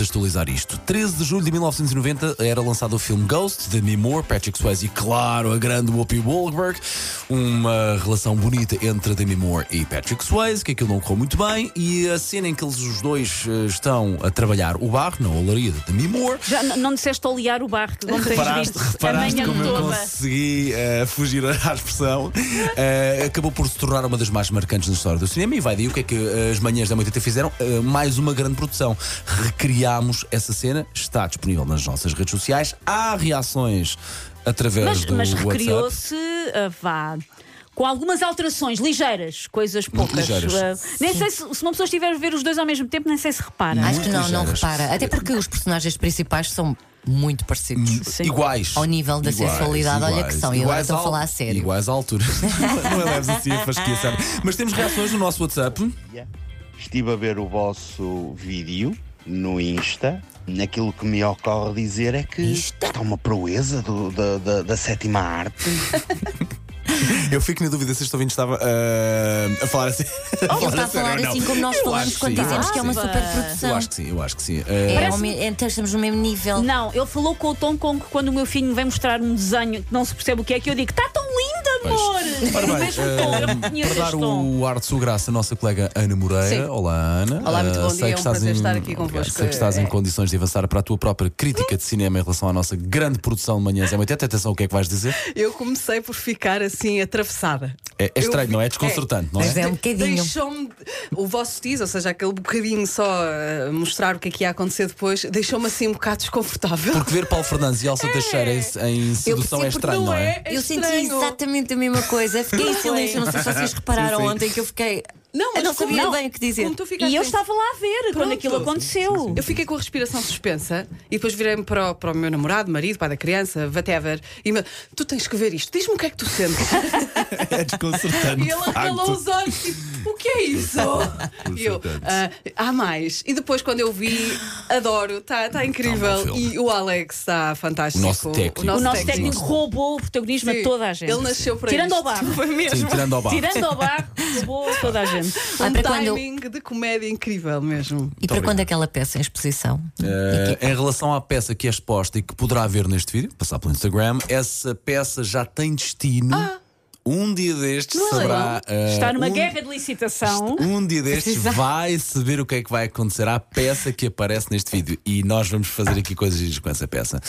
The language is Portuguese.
contextualizar isto. 13 de julho de 1990 era lançado o filme Ghost, de Demi Moore, Patrick Swayze e, claro, a grande Whoopi Goldberg. Uma relação bonita entre Demi Moore e Patrick Swayze, que aquilo não correu muito bem. E a cena em que eles os dois eh, estão a trabalhar o barro, na olaria de Demi Moore. Já n- não disseste olear o barco, como tens Reparaste, visto reparaste a manhã como eu toda. consegui eh, fugir à expressão. Eh, acabou por se tornar uma das mais marcantes na história do cinema. E vai daí o que é que eh, as manhãs da noite fizeram? Eh, mais uma grande produção. Recriámos essa cena, está disponível nas nossas redes sociais. Há reações através Mas, do mas WhatsApp. recriou-se, ah, vá. Com algumas alterações ligeiras, coisas Muito poucas. ligeiras. Ah, nem sei se, se uma pessoa estiver a ver os dois ao mesmo tempo, nem sei se repara. Ai, Acho que não, não ligeiras. repara. Até porque os personagens principais são muito Hum. parecidos. Sim. Iguais. Ao nível da Iguais, sensualidade, olha que são, e agora iguais estou a al- falar a sério. Iguais à altura. não leves assim a fasquia, sabe? Mas temos reações no nosso WhatsApp. Estive a ver o vosso vídeo no Insta. Naquilo que me ocorre dizer é que Insta? está uma proeza do- da, da- da sétima arte. Eu fico na dúvida se este ouvinte estava ah, a falar assim. Ele está a falar assim como nós Eu falamos acho quando sim, dizemos eu que é uma acho sim. superprodução. Eu acho que sim, eu acho que sim. Ah, É, ao Parece-me- me- então estamos no mesmo nível. Não, ele falou com o tom com que quando o meu filho me vem mostrar um desenho que não se percebe o que é, que eu digo: está tão linda, amor! Ora é bem, Mesmo tom, eu ah, reconheço para dar este tom. o ar de sua graça, a nossa colega Ana Moreira. Sim. Olá, Ana. Olá, Ah, muito bom sei dia, que é um estás prazer em- estar aqui Obrigado. convosco. Sei que estás em É. condições de avançar para a tua própria crítica de cinema em relação à nossa grande produção de manhãs. É muito atenção, o que é que vais dizer? Eu comecei por ficar assim atravessada. É, é estranho, Eu- não é? É desconcertante, não é? Mas é um bocadinho. Deixou-me o vosso tease, ou seja, aquele bocadinho só eh, mostrar o que é que ia acontecer depois, deixou-me assim um bocado desconfortável. Porque ver Paulo Fernandes e Elsa Teixeira em, em sedução é percebo porque estranho, não é? é Eu senti estranho. exatamente a mesma coisa. Fiquei em silêncio, não sei se vocês repararam Sim, sim. ontem que eu fiquei. Não, mas eu não como- sabia não, bem o que dizer. como tu ficaste E eu em- estava lá a ver quando Pronto. aquilo aconteceu. Eu fiquei com a respiração suspensa e depois virei-me para, o- para o meu namorado, marido, pai da criança, whatever, e me, tu tens que ver isto, diz-me o que é que tu sentes. É desconcertante. E de ele arregalou facto. os olhos, tipo, o que é isso? e eu, ah, há mais. E depois, quando eu vi, adoro, está tá Tá bom incrível. filme. e o Alex está fantástico. O nosso técnico. O Nosso nosso técnico técnico. roubou o protagonismo Sim, a toda a gente. Ele nasceu para Tirando isto. ao barro. Foi mesmo. Sim, tirando ao bar. Tirando ao barro, roubou a toda a gente. Ah, Um para quando eu- timing de comédia incrível mesmo. E para quando aquela peça em exposição? Eh, em relação à peça que é exposta e que poderá ver neste vídeo, passar pelo Instagram, essa peça já tem destino. Um dia destes Não é saberá. eh, Ah. Está numa um, guerra de licitação. Um dia destes vai saber o que é que vai acontecer à peça que aparece neste vídeo. E nós vamos fazer aqui coisas giras com essa peça.